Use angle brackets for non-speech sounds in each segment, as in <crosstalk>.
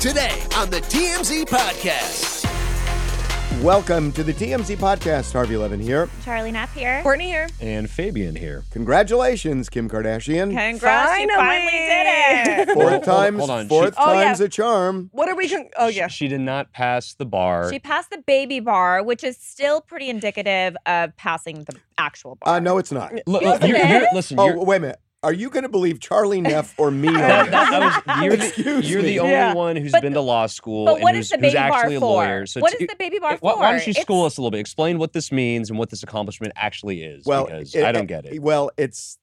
Today on the TMZ Podcast. Welcome to the TMZ podcast. Harvey Levin here. Charlie Knapp here. Courtney here. and Fabian here. Congratulations, Kim Kardashian. Congrats, you finally did it. Well, Fourth hold- times, hold on. She- fourth Oh, yeah. times a charm. what are we? Con- oh yeah. She did not pass the bar. <laughs> She passed the baby bar, which is still pretty indicative of passing the actual bar. Uh, no, it's not. Look, look, you're, you're, listen, Oh, you're, wait a minute. Are you going to believe Charlie Neff or <laughs> me? on that, this? that- <laughs> that was, you're, the, Excuse you're me. the only Yeah. one who's But been to law school but and what who's, is the who's baby bar actually a for? lawyer. What it's- is the baby bar it- why, Why don't you for? school It's- us a little bit? Explain what this means and what this accomplishment actually is. well, because it- I don't get it. Well, it's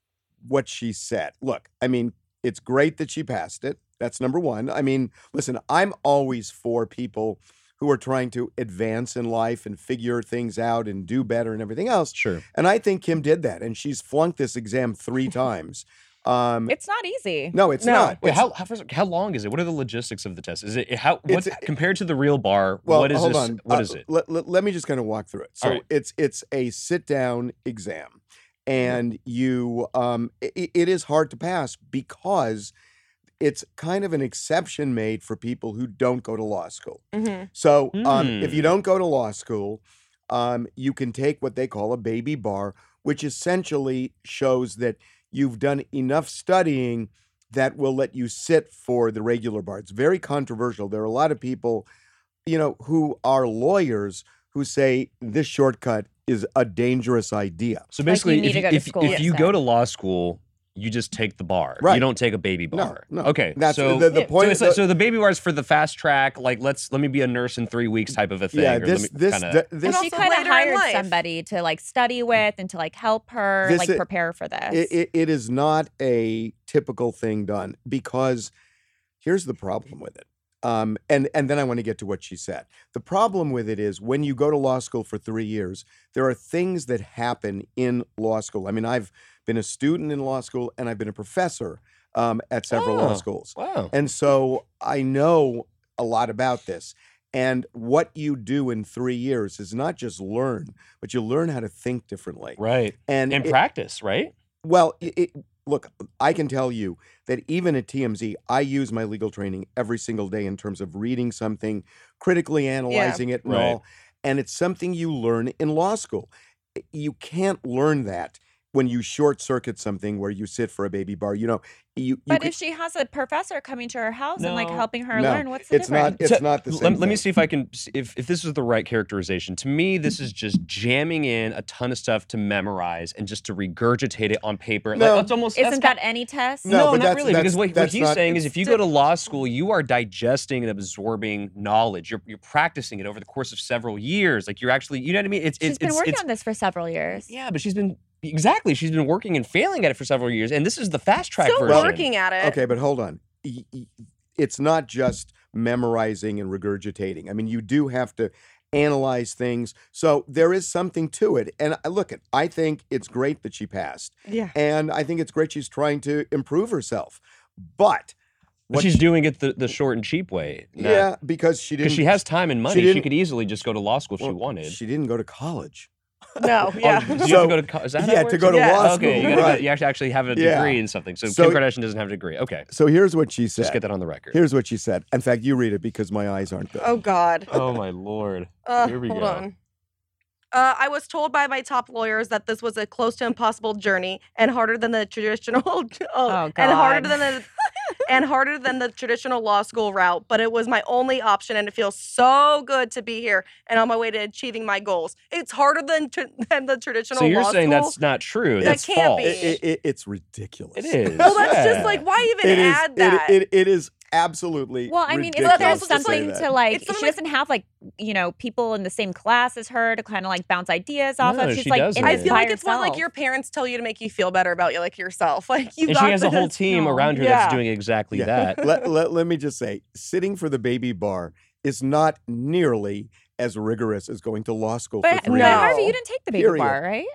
what she said. Look, I mean, it's great that she passed it. That's number one. I mean, listen, I'm always for people who are trying to advance in life and figure things out and do better and everything else. Sure. And I think Kim did that, and she's flunked this exam three times. Um, It's not easy. no, it's No. not. Wait, It's- how, how, first- how long is it? What are the logistics of the test? Is it how what, It's- compared to the real bar? well, what is hold this? on. What Uh, is it? Let, let, let me just kind of walk through it. So All right. it's it's a sit down exam, Mm-hmm. and you um, i it is hard to pass because it's kind of an exception made for people who don't go to law school. Mhm. So um, if Hmm. you don't go to law school, um, you can take what they call a baby bar, which essentially shows that you've done enough studying that will let you sit for the regular bar. It's very controversial. There are a lot of people, you know, who are lawyers who say this shortcut is a dangerous idea. So Like, you basically, need if, to you- go to if, school if to you say. go to law school, you just take the bar. Right. You don't take a baby No, bar. no. Okay. That's so the, the Yeah. point. so, of it's like, the- so the baby bar is for the fast track, like let's let me be a nurse in three weeks type of a thing. yeah, or let this me this kinda- th- And this she also kind later of in hired life. somebody to like study with and to like help her, This like i- prepare for this. it, it, it is not a typical thing done because here's the problem with it um, and and then i want to get to what she said the problem with it is when you go to law school for three years there are things that happen in law school i mean i've been a student in law school and i've been a professor um, at several law Oh. schools wow. and so I know a lot about this. And what you do in three years is not just learn, but you learn how to think differently. Right. And, And it- practice, right? well, it, it, look, I can tell you that even at TMZ, I use my legal training every single day in terms of reading something, critically analyzing it, and Right. all. And it's something you learn in law school. I- You can't learn that when you short circuit something where you sit for a baby bar. You know, you. you but could- if she has a professor coming to her house and like No. helping her No, learn, what's the it's not. difference? It's not the Let- same. let, thing. me see if I can s- if if this is the right characterization. To me, this is just jamming in a ton of stuff to memorize and just to regurgitate it on paper. No. Like, it's almost that's Isn't got- that any test? No, No, but not that's- really. that's- because what, what that's he's not- saying is, it's if you go to law school, you are digesting and absorbing knowledge. You're, you're practicing it over the course of several years. Like you're actually, you know what I mean? It's She's it's been it's, working it's- on this for several years. yeah, but she's been exactly. She's been working and failing at it for several years, and this is the fast track Still version. working at it. Okay, but hold on. Y- y- It's not just memorizing and regurgitating. I mean, you do have to analyze things. So there is something to it. And I- look, it, I think it's great that she passed. Yeah. And I think it's great she's trying to improve herself. But But she's doing it the, the short and cheap way. yeah, because she didn't because she has time and money. She, didn't- could easily just go to law school if she well, wanted. She didn't go to college. No. Oh, Yeah. do you have So- <laughs> to go to co- is that how yeah, it to works? go to Yeah. law school. Okay, you, gotta go- right. you have to actually have a Yeah. degree in something. So, So- Kim Kardashian doesn't have a degree. Okay, So here's what she said. just get that on the record. Here's what she said. In fact, you read it because my eyes aren't good. <laughs> Oh God. oh my lord. Uh, Here we hold go. on. Uh, I was told by my top lawyers that this was a close to impossible journey and harder than the traditional. <laughs> oh, Oh, And harder God. than the. And harder than the traditional law school route, but it was my only option, and it feels so good to be here and on my way to achieving my goals. It's harder than tr- than the traditional. So you're law saying school. that's not true. That that's can't false. be. It- it- it- it's ridiculous. It is. Well, that's yeah. just like why even It is. add that? It, it, it is absolutely. Well, I mean, ridiculous isn't there ridiculous to say something that. to like? It's something She like- doesn't have like you know people in the same class as her to kind of like bounce ideas off No, of. She's she like, doesn't. in I it feel like by it's more like herself. your parents tell you to make you feel better about you, like yourself. <laughs> Like you and got she has a whole this. team No. around her Yeah. that's doing exactly Yeah. <laughs> that. let, let, let me just say, sitting for the baby bar is not nearly as rigorous as going to law school But, for three but No. years. Harvey, you didn't take the baby Period. bar, right?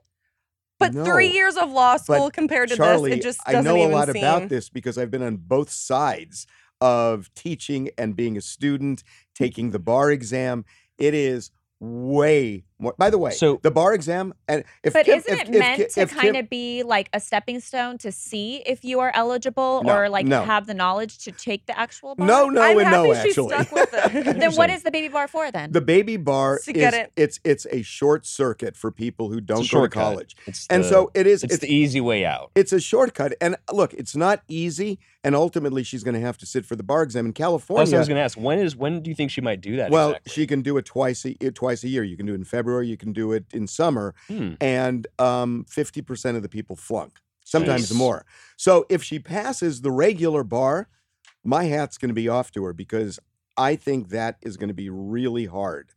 But No. three years of law school compared to Charlie, this, it just I doesn't know a even lot seem. about this because I've been on both sides of teaching and being a student, taking the bar exam. It is way more. By the way, So- the bar exam and if But Kim- isn't if- it if meant Ki- to if Kim- kind of be like a stepping stone to see if you are eligible No, or like no. have the knowledge to take the actual bar? no, no, I'm and happy no, she actually. <laughs> stuck with it. Then what is the baby bar for then? The baby bar To is get it- it's it's a short circuit for people who don't go to shortcut. college. It's And the- so it is it's, the e easy way out. it's a shortcut. And uh, look, it's not easy. And ultimately, she's going to have to sit for the bar exam in California. That's what I was going to ask. When is when do you think she might do that? well, exactly? she can do it twice a eh, twice a year. You can do it in February. You can do it in summer. Hmm. And um, fifty percent of the people flunk, sometimes Jeez. more. So if she passes the regular bar, my hat's going to be off to her because I think that is going to be really hard,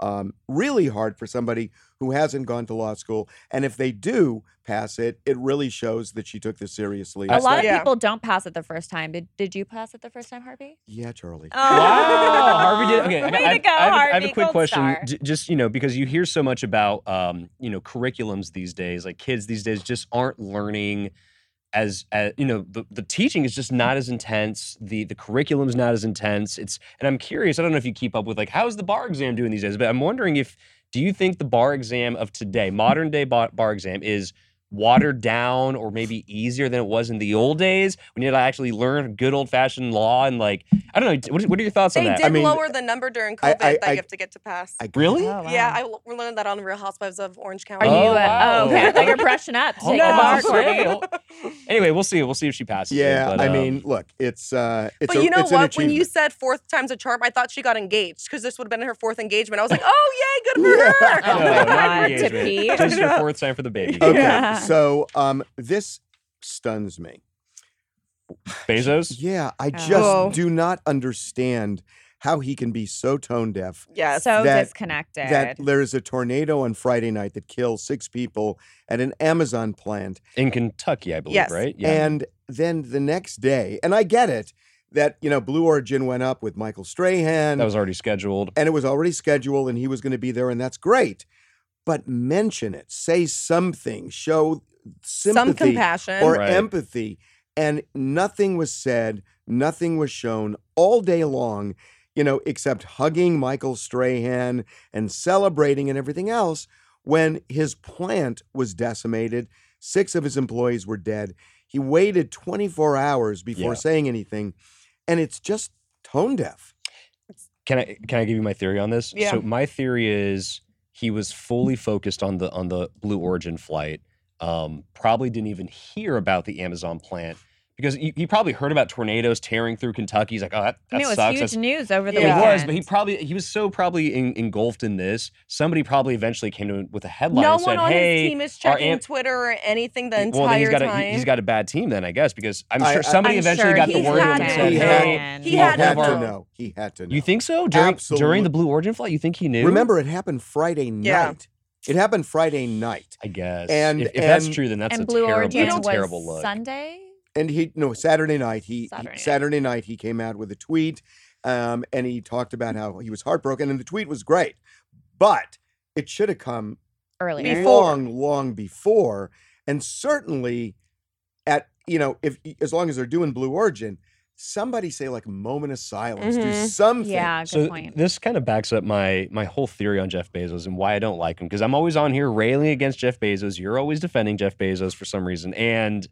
um, really hard for somebody who hasn't gone to law school. And if they do pass it, it really shows that she took this seriously. a It's lot not- of Yeah. people don't pass it the first time. Did Did you pass it the first time, Harvey? yeah, Charlie. <laughs> <laughs> Wow, Harvey did. Okay, I- Oh. Way I, to go, I have, a- I have Harvey. a quick Gold question, star. J- just you know, because you hear so much about um, you know curriculums these days. Like kids these days just aren't learning as, as you know the, the teaching is just not as intense. The the curriculum's not as intense. It's and I'm curious. I don't know if you keep up with like how's the bar exam doing these days, but I'm wondering if do you think the bar exam of today, modern day bar, bar exam, is watered down or maybe easier than it was in the old days when you had to actually learn good old fashioned law and like I don't know. What, what are your thoughts They on that? did mean, lower the number during I- COVID I- that I- you have to get to pass. I- Really? Oh, wow. Yeah, I l- learned that on Real Housewives of Orange Are County. you? Oh, uh, wow. oh, okay. <laughs> I thought you were brushing up. to Oh, take the no, bar, <laughs> Oh, it's okay. Courtney. <laughs> anyway, we'll see. We'll see if she passes. it, Yeah, but, I um, <laughs> mean, look, it's uh, it's But a- you know it's an what? When you achievement. said fourth time's a charm, I thought she got engaged because this would have been her fourth engagement. <laughs> I was like, oh, yay, good for her. no, Oh, <laughs> not God, the to engagement. Pete. <laughs> Just your fourth time for the baby. Okay, Yeah. so um, this stuns me. Bezos. Yeah, I just Oh. do not understand how he can be so tone deaf Yes. So That- disconnected. that there is a tornado on Friday night that kills six people at an Amazon plant, In Kentucky, I believe, Yes. right? and then the next day, and I get it that you know Blue Origin went up with Michael Strahan, that was already scheduled. and it was already scheduled, and he was going to be there, and that's great, but mention it, say something, show sympathy. Some compassion. or Right. empathy. And nothing was said, nothing was shown all day long, you know, except hugging Michael Strahan and celebrating and everything else when his plant was decimated. Six of his employees were dead. He waited 24 hours before Yeah. saying anything. And it's just tone deaf. Can I can I give you my theory on this? Yeah. So my theory is he was fully focused on the on the Blue Origin flight. Um, probably didn't even hear about the Amazon plant because he, he probably heard about tornadoes tearing through Kentucky. He's like, oh, that, that I mean, it was sucks. huge That's- news over the Yeah. It weekend. was, but he probably he was so probably en- engulfed in this. Somebody probably eventually came to him with a headline no and said, one on "Hey, his team is checking amp- Twitter or anything the entire well, then he's got time. A, he- he's got a bad team then, I guess, because I'm I- I- sure somebody I'm eventually sure got the he word had and to said, know. "Hey." He Well, had one had to of to our- know. He had to know. You think so during Absolutely. during the Blue Origin flight? You think he knew? Remember, it happened Friday night. Yeah. It happened Friday night. I guess. And- if, if that's and- true, then that's and a Blue terrible, Origin that's a was terrible look. Sunday. and he no Saturday night he he- Saturday, Saturday night. night he came out with a tweet, um, and he talked about how he was heartbroken, and the tweet was great, but it should have come Earlier. Before. long, long before, and certainly at you know if as long as they're doing Blue Origin, somebody say like a moment of silence, do Mhm. something. Yeah, good so point. this kind of backs up my my whole theory on Jeff Bezos and why I don't like him because I'm always on here railing against Jeff Bezos. You're always defending Jeff Bezos for some reason. And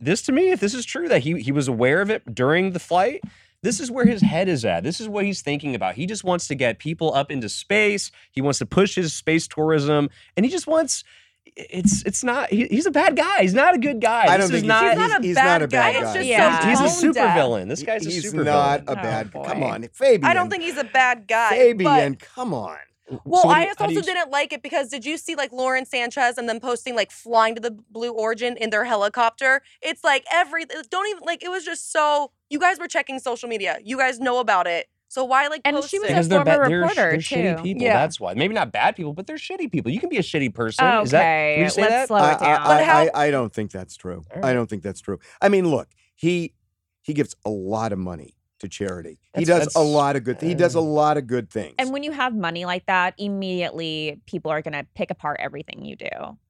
this to me, if this is true that he he was aware of it during the flight, this is where his head is at. This is what he's thinking about. He just wants to get people up into space. He wants to push his space tourism, and he just wants. It's it's not. He, he's a bad guy. He's not a good guy. I this don't is think not. he's he's, not a he's bad not a bad guy, it's guy. just Yeah. so He's a tone super deaf. villain. This guy's he's a super not villain. a bad. Oh, Come boy. on, Fabian. I don't think he's a bad guy. Fabian. but Come on. Well, So what do I you- just how do also you- didn't like it because did you see like Lauren Sanchez and them posting like flying to the Blue Origin in their helicopter? It's like every don't even like it was just so you guys were checking social media. You guys know about it. So why like And post she was it? a because they're former bad. They're, sh- reporter, they're shitty too. people. Yeah. That's why. Maybe not bad people, but they're shitty people. You can be a shitty person. Okay, Is that? Can you say let's that? slow it I, down. I, But how- I, I don't think that's true. All I right. don't think that's true. I mean, look, he he gives a lot of money to charity. he That's- does a that's- lot of good. He does a uh, lot of good things. and when you have money like that, immediately people are going to pick apart everything you do.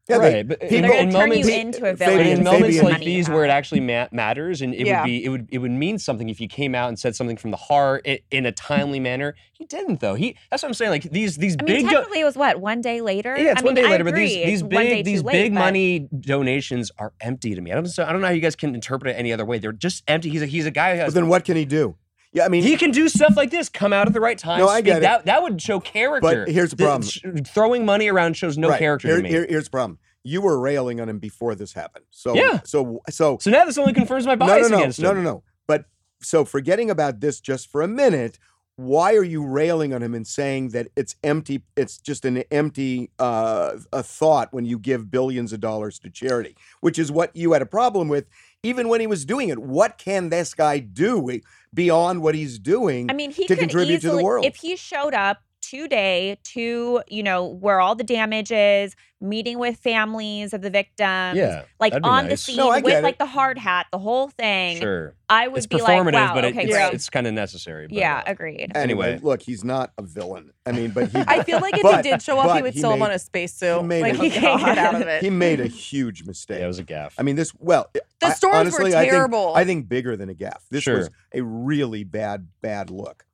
yeah, right, they- but They're People- in going to turn moments, you Pe- into Fabian- a villain. but in Fabian- moments Fabian- like Money these you where it have. actually ma- matters, and it Yeah. would be it would it would mean something if you came out and said something from the heart i in a timely manner. He didn't though. He that's what I'm saying. Like these these I mean, big. do- technically, it was what one day later. yeah, it's I one mean, day I later, but these agree, these it's one day big too these late, big but- money donations are empty to me. I don't so I don't know how you guys can interpret it any other way. They're just empty. He's a he's a guy who But has then what can he do? Yeah, I mean, He can do stuff like this, come out at the right time. No, I speak. get it. That, that would show character. here's the problem. sh- throwing money around shows no right, character here- to me. here- here's the problem. You were railing on him before this happened. So Yeah. so so so now this only confirms my no, bias no, no, against him. no, no, no. But so forgetting about this just for a minute, why are you railing on him and saying that it's empty? It's just an empty uh, a thought when you give billions of dollars to charity, which is what you had a problem with, even when he was doing it. What can this guy do beyond what he's doing? I mean, he to could contribute to the easily, world. If he showed up today to you know where all the damage is, meeting with families of the victims, Yeah, like that'd be on the nice. scene No, I with get it. like the hard hat, the whole thing. Sure. I would It's be performative, like, wow, but it, okay, it's, great. it's kind of necessary. But, yeah, uh, agreed. <laughs> Anyway. look, he's not a villain. I mean, but he. <laughs> I feel like if But- he did show up, he but would he still have made- on a spacesuit. he made Like it. he can't <laughs> get out of he it. made a huge mistake. yeah, it was a gaff. I mean, this. Well, The I- stories were honestly, I think- terrible. I think, bigger than a gaff. This Sure. was a really bad, bad look.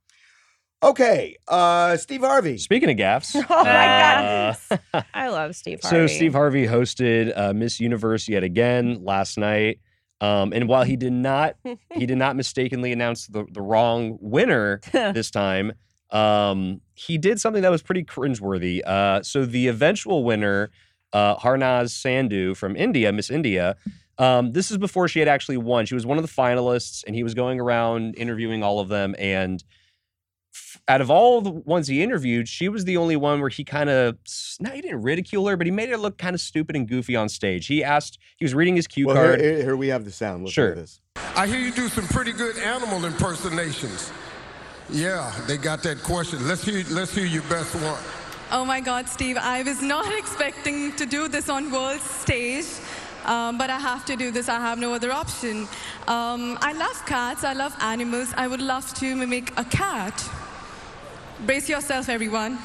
Okay, uh, Steve Harvey. Speaking of gaffs. <laughs> Oh my uh, I love Steve Harvey. So Steve Harvey hosted uh, Miss Universe yet again last night, um, and while he did not he did not mistakenly announce the, the wrong <laughs> winner this time, um, he did something that was pretty cringeworthy. Uh, so the eventual winner, uh, Harnaz Sandhu from India, Miss India. Um, this is before she had actually won. She was one of the finalists, and he was going around interviewing all of them. And f- out of all the ones he interviewed, she was the only one where he kind of not he didn't ridicule her, but he made her look kind of stupid and goofy on stage. He asked, he was reading his cue Well, here, card. here, here we have the sound. Listen Sure. to this. I hear you do some pretty good animal impersonations. Yeah, they got that question. Let's hear, let's hear your best one. Oh my God, Steve, I was not <laughs> expecting to do this on world stage, um, but I have to do this. I have no other option. Um, I love cats. I love animals. I would love to mimic a cat. Brace yourself, everyone.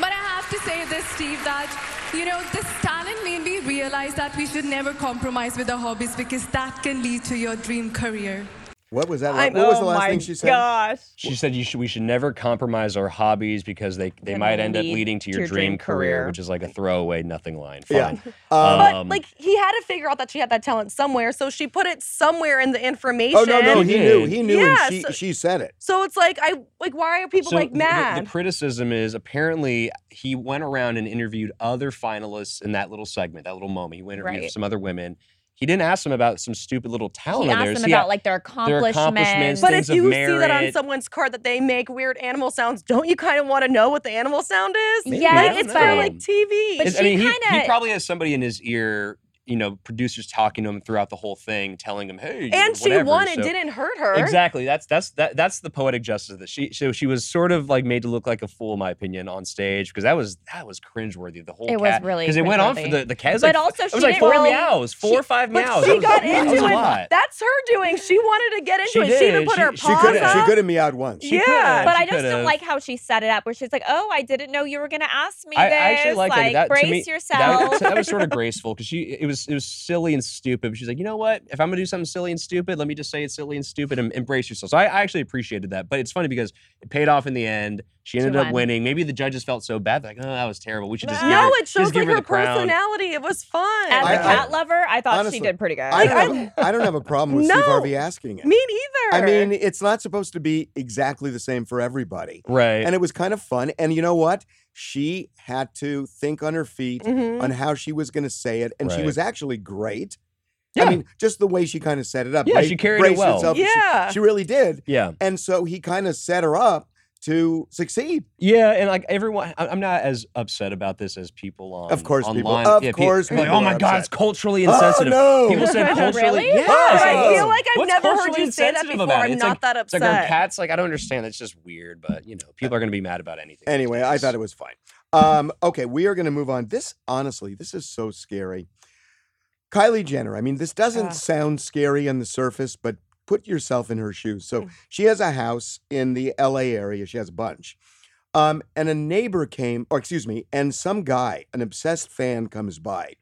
But I have to say this, Steve, that you know this talent made me realize that we should never compromise with our hobbies because that can lead to your dream career. What was that? I- what was the oh last my thing she said? Gosh. She said you should, we should never compromise our hobbies because they, they Can might end up lead leading to your, dream, career, which is like a throwaway nothing line. Yeah. Fine. But Um, like he had to figure out that she had that talent somewhere, so she put it somewhere in the information. Oh no, no, She he did. knew. He knew, Yeah, and she so- she said it. So it's like I like why are people so like the- the- The, mad? criticism is apparently he went around and interviewed other finalists in that little segment, that little moment. He went interviewed Right. some other women. He didn't ask them about some stupid little talent He of asked theirs. them oh, He about a- like their accomplishments. accomplishments, but if things of you see that on merit. someone's card that they make weird animal sounds, don't you kind of want to know what the animal sound is? Maybe, Yes, I like don't it's know. for like TV. But It's- she I mean, he- he, kinda- probably has somebody in his ear, you know, producers talking to him throughout the whole thing, telling him, "Hey," you know, and she whatever. won. It So- didn't hurt her. Exactly. That's that's that that's the poetic justice of this. She so she was sort of like made to look like a fool, in my opinion, on stage because that was that was cringeworthy. The whole It was cat- really it went on for cringeworthy. the the cat. It was But like, also it she was like didn't four really- meows, four or five But meows. she That was- got that was into a it. lot. That's her doing. She wanted to get into She it. She even did. put her She- She paws could up. she could have meowed once. Yeah. could've. But She I just don't could've. like how she set it up, where she's like, "Oh, I didn't know you were gonna ask me I, I this. actually like, like that. brace to me, yourself." That, that was sort of graceful because she it was it was silly and stupid. But she's like, you know what? If I'm gonna do something silly and stupid, let me just say it's silly and stupid and embrace yourself. So I, I actually appreciated that. But it's funny because it paid off in the end. She ended up won. winning. Maybe the judges felt so bad, They're like, oh, that was terrible. We should just give No, her- it shows just give like her, the crown. personality. It was fun. As a I- I- cat lover, I thought honestly, she did pretty good. I don't, have, I don't have a problem with Steve No. Harvey asking it. Me neither. I mean, it's not supposed to be exactly the same for everybody. Right. And it was kind of fun. And you know what? She had to think on her feet Mhm. on how she was going to say it. And she Right. was actually great. Yeah. I mean, just the way she kind of set it up. Yeah, she carried it braced well. herself. She- Yeah. she really did. Yeah. And so he kind of set her up to succeed. Yeah, and like everyone, I- I'm not as upset about this as people on Of course people- online. of yeah, pe- course like, people oh my are god, upset. Oh, it's culturally <laughs> insensitive. no. People said culturally. Really? Yes. But I I'm feel like I've what's never heard culturally you say that insensitive before. about it? I'm It's not like, that It's like our upset. cats. Like I don't understand. That's just weird. But you know, people are going to be mad about anything. <laughs> these Anyway, I days. thought it was fine. Um, okay, we are going to move on. This, honestly, this is so scary. Kylie Jenner, I mean, this doesn't Ugh. sound scary on the surface, but put yourself in her shoes. So she has a house in the LA area, she has a bunch. Um, and a neighbor came, or excuse me, and some guy, an obsessed fan, comes by,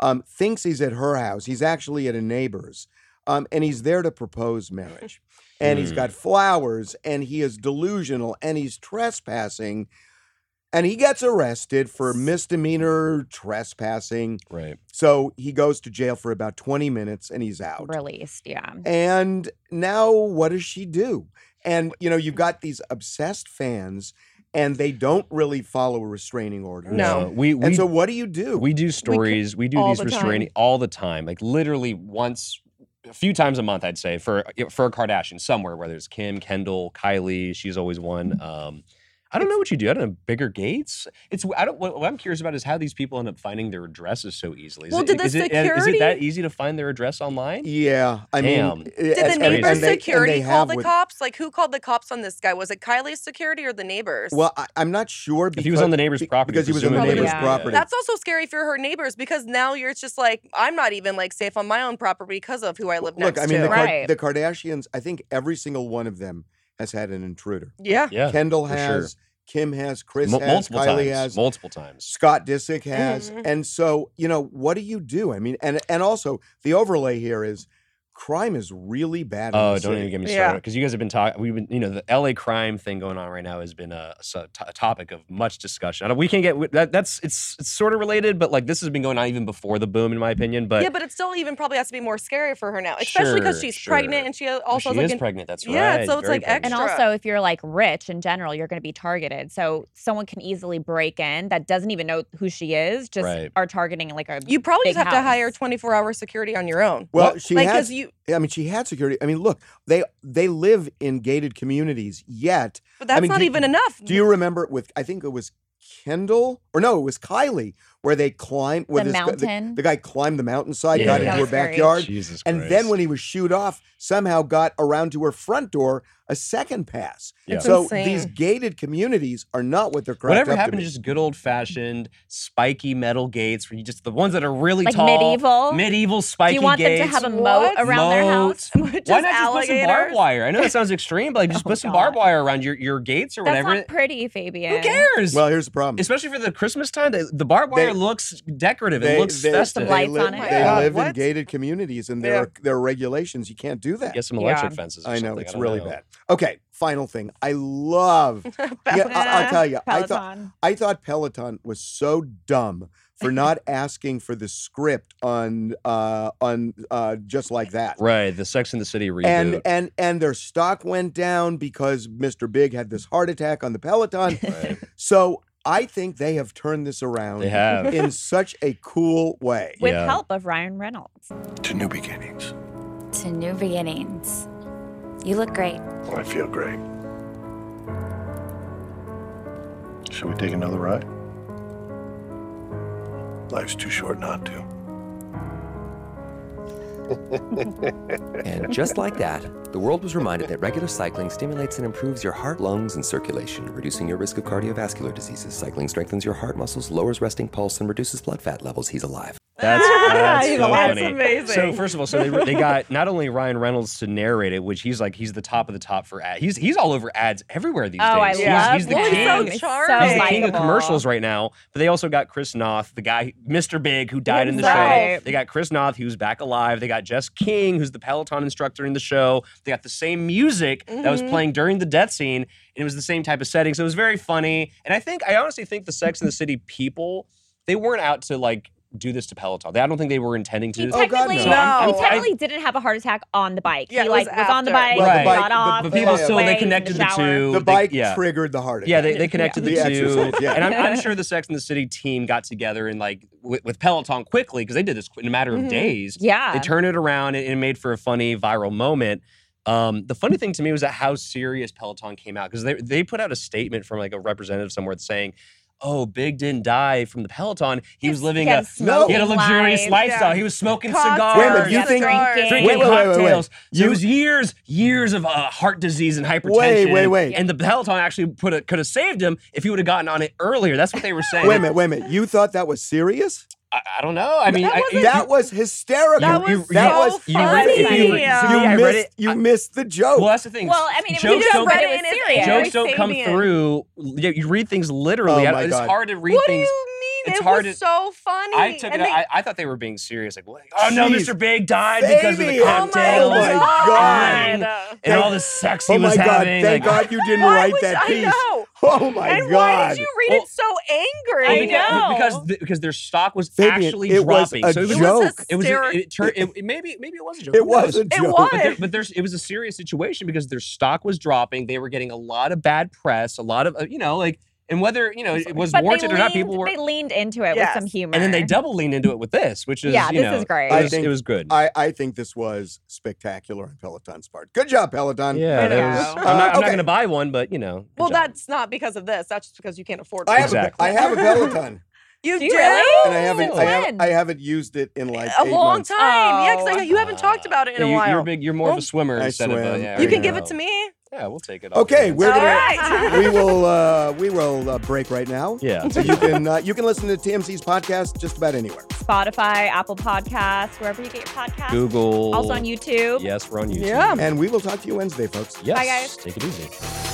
um, thinks he's at her house. He's actually at a neighbor's, um, and he's there to propose marriage. and he's Hmm. got flowers, and he is delusional, and he's trespassing. And he gets arrested for misdemeanor trespassing. right. So he goes to jail for about 20 minutes and he's out. Released, yeah. And now what does she do? And you know, you've got these obsessed fans and they don't really follow restraining orders. No. we we And so what do you do? we do stories. We, do all these the time. restraining all the time. Like literally once, a few times a month, I'd say for for a Kardashian somewhere, whether it's Kim, Kendall, Kylie. She's always one. Um, I don't know what you do. I don't know. Bigger Gates. It's I don't. What, what I'm curious about is how these people end up finding their addresses so easily. Is Well, it, did the is it- is it security- that easy to find their address online? yeah, I mean, eh, Damn. did Did the crazy. neighbor's And they- security call the cops? Like, who called the cops on this guy? Was it Kylie's security or the neighbor's? Well, I, I'm not sure because If he was on the neighbor's be- property, because he was on the presumably neighbor's it was- property. that's also scary for her neighbors because now you're it's just like I'm not even like safe on my own property because of who I live Look, next I mean, to. the, Kar- Right. the Kardashians. I think every single one of them has had an intruder. yeah, Yeah, Kendall for sure. has, Kim has, Chris Mul- has, multiple Kylie times. has, Multiple times. Scott Disick has. Mm-hmm. Mhm. And so, you know, what do you do? I mean, and and also the overlay here is crime is really bad. in Oh, the don't even city. get me Yeah. started because you guys have been talking. We've been, you know, the LA crime thing going on right now has been a, so- to- a topic of much discussion. I don't, we can't get that. That's it's it's sort of related, but like this has been going on even before the boom, in my opinion. But yeah, but it still even probably has to be more scary for her now, especially because Sure, she's pregnant sure. and she also she has, like is an- pregnant. That's Yeah, right. so it's very like pregnant. And extra. also, if you're like rich in general, you're going to be targeted. So someone can easily break in that doesn't even know who she is, just Right. are targeting like a. you probably big just have to house. hire 24 hour security on your own. Well, she like has. because you, I mean, she had security. I mean, look, they they live in gated communities. Yet, but that's mean, not do- even enough. do Mm-hmm. you remember with? I think it was Kendall, or no, it was Kylie, where they climbed where The this guy- mountain. the guy climbed the mountainside, Yeah. got That into her was very- backyard, Jesus and then when he was shooed off, somehow got around to her front door a second pass. Yeah. It's So insane. these gated communities are not what they're cracked Whatever up happened to be. just good old fashioned spiky metal gates where you just the ones that are really Like tall, medieval? medieval Do spiky you want gates. them to have a moat What? around their house? Moats. Just Why not just put some barbed alligators? wire? I know that sounds extreme, but like <laughs> just Oh, put some God. barbed wire around your, your gates or That's whatever. not pretty, Fabian. Who cares? Well, here's the problem. especially for the Christmas time. They, the barbed Mm. They- wire looks decorative. it looks festive. Some lights li- on it. They Yeah. live in What? gated communities, and there Yeah. are there are regulations. You can't do that. Get some Yeah. electric fences. Or I know something. it's don't really know. bad. Okay, final thing. I <laughs> love. yeah, I, will Yeah. tell you. I thought Peloton. I thought Peloton was so dumb for <laughs> not asking for the script on uh on uh just like that. Right, the Sex in the City reboot. And and and their stock went down because Mr. Big had this heart attack on the Peloton. Right. so I think they have turned this around They have. in such a cool way. With Yeah. help of Ryan Reynolds. to new beginnings. to new beginnings. You look great. I feel great. Should we take another ride? Life's too short not to. And just like that, the world was reminded that regular cycling stimulates and improves your heart, lungs, and circulation, reducing your risk of cardiovascular diseases. Cycling strengthens your heart muscles, lowers resting pulse, and reduces blood fat levels. He's alive. <laughs> That's, that's so That's funny. amazing. So first of all, so they, they got not only Ryan Reynolds to narrate it, which he's like he's the top of the top for ad. He's he's all over ads everywhere these Oh, I days. He's- love he's, the Well, king. so He's charming. He's the king of likable. commercials right now. But they also got Chris Noth, the guy, Mr. Big, who died in the show. Right. They got Chris Noth, who's back alive. They got Jess King, who's the Peloton instructor in the show. They got the same music that was Mm-hmm. Mhm. playing during the death scene. And it was the same type of setting. So it was very funny. And I think, I honestly think the Sex and the City people, they weren't out to like do this to Peloton. They- I don't think they were intending to. He do this. technically, So I'm- he I'm- I- technically didn't have a heart attack on the bike. Yeah, he it was like was, on the after. bike, Right. he got off. But, but people walked still away they in connected the, shower. two. The They- bike yeah. triggered the heart attack. Yeah, they, they connected Yeah. the, The two. exercise, yeah. And I'm, I'm sure the Sex and the City team got together and like with, with Peloton quickly because they did this in a matter of Mhm. days. Yeah. They turned it around and it made for a funny viral moment. Um, the funny thing to me was that how serious Peloton came out because they, they put out a statement from like a representative somewhere saying, Oh, Big didn't die from the Peloton. He was living had a smoking he had a luxurious life. lifestyle. Oh. Yeah. He was smoking Cocktails. cigars. Wait a minute, you Yeah, think- drinking. drinking Wait, wait, wait, wait, wait. cocktails. So You- it was years, years of uh, heart disease and hypertension. wait, and- wait. And the Peloton actually put a, could have saved him if he would have gotten on it earlier. That's what they were saying. Wait a minute, wait a minute. You thought that was serious? I, I don't know. I mean, I, you- That was hysterical. That you- was you- that so was you read it. funny. You read- Yeah. to me, I you read missed, it. you missed the joke. Well, that's the thing. Well, I mean, it Jokes was just don't- but it was serious. jokes don't Very come salient. through. You, you read things literally. Oh, I- my it's God. hard to read What do things. you mean? It's it hard was to- so funny. I took it. And they- I, I thought they were being serious. Like, what? oh no, Jeez. Mr. Big died because of the Baby. Oh my cocktails. God. And, God. and all the sex he oh was my God. having. Thank like- God you didn't Why write was- that piece. I know. Oh my and God. why did you read Well- it so angry? I Well, beca- know. because th- because their stock was Fabian, actually it was dropping. a so it was joke. It was. a- hysterical. It, turned. It, it- maybe maybe it was a joke. It Who knows? was a joke. was. But, there, but there's it was a serious situation because their stock was dropping. They were getting a lot of bad press, a lot of uh, you know like and whether you know it was But warranted they or not, leaned- people were. they leaned into it Yes. with some humor. And then they double leaned into it with this, which is Yeah, you this know, is great. It I was, think- it was good. I, I think this was spectacular on Peloton's part. Good job, Peloton. yeah, I that know. was- I'm, Uh, not, I'm not okay. going to buy one, but you know. good Well, job. that's not because of this. That's just because you can't afford I it. have, Exactly. a, I have a <laughs> Peloton, You Do do? you really? and I haven't, I, have, When? I haven't used it in like A eight long months. time. Yeah, because Oh. you haven't talked about it in Yeah, a you, while. You're big. You're more of a Well, swimmer I instead of. swim. A, yeah, There you can you give it know. to me. Yeah, we'll take it. off Okay, your we're All gonna, right. <laughs> we will, uh, we will uh, break right now. <laughs> Yeah. So you can, uh, you can listen to TMZ's podcast just about anywhere. Spotify, Apple Podcasts, wherever you get your podcasts. Google. Also on YouTube. Yes, we're on YouTube. Yeah. And we will talk to you Wednesday, folks. Yes. Bye, guys. Take it easy.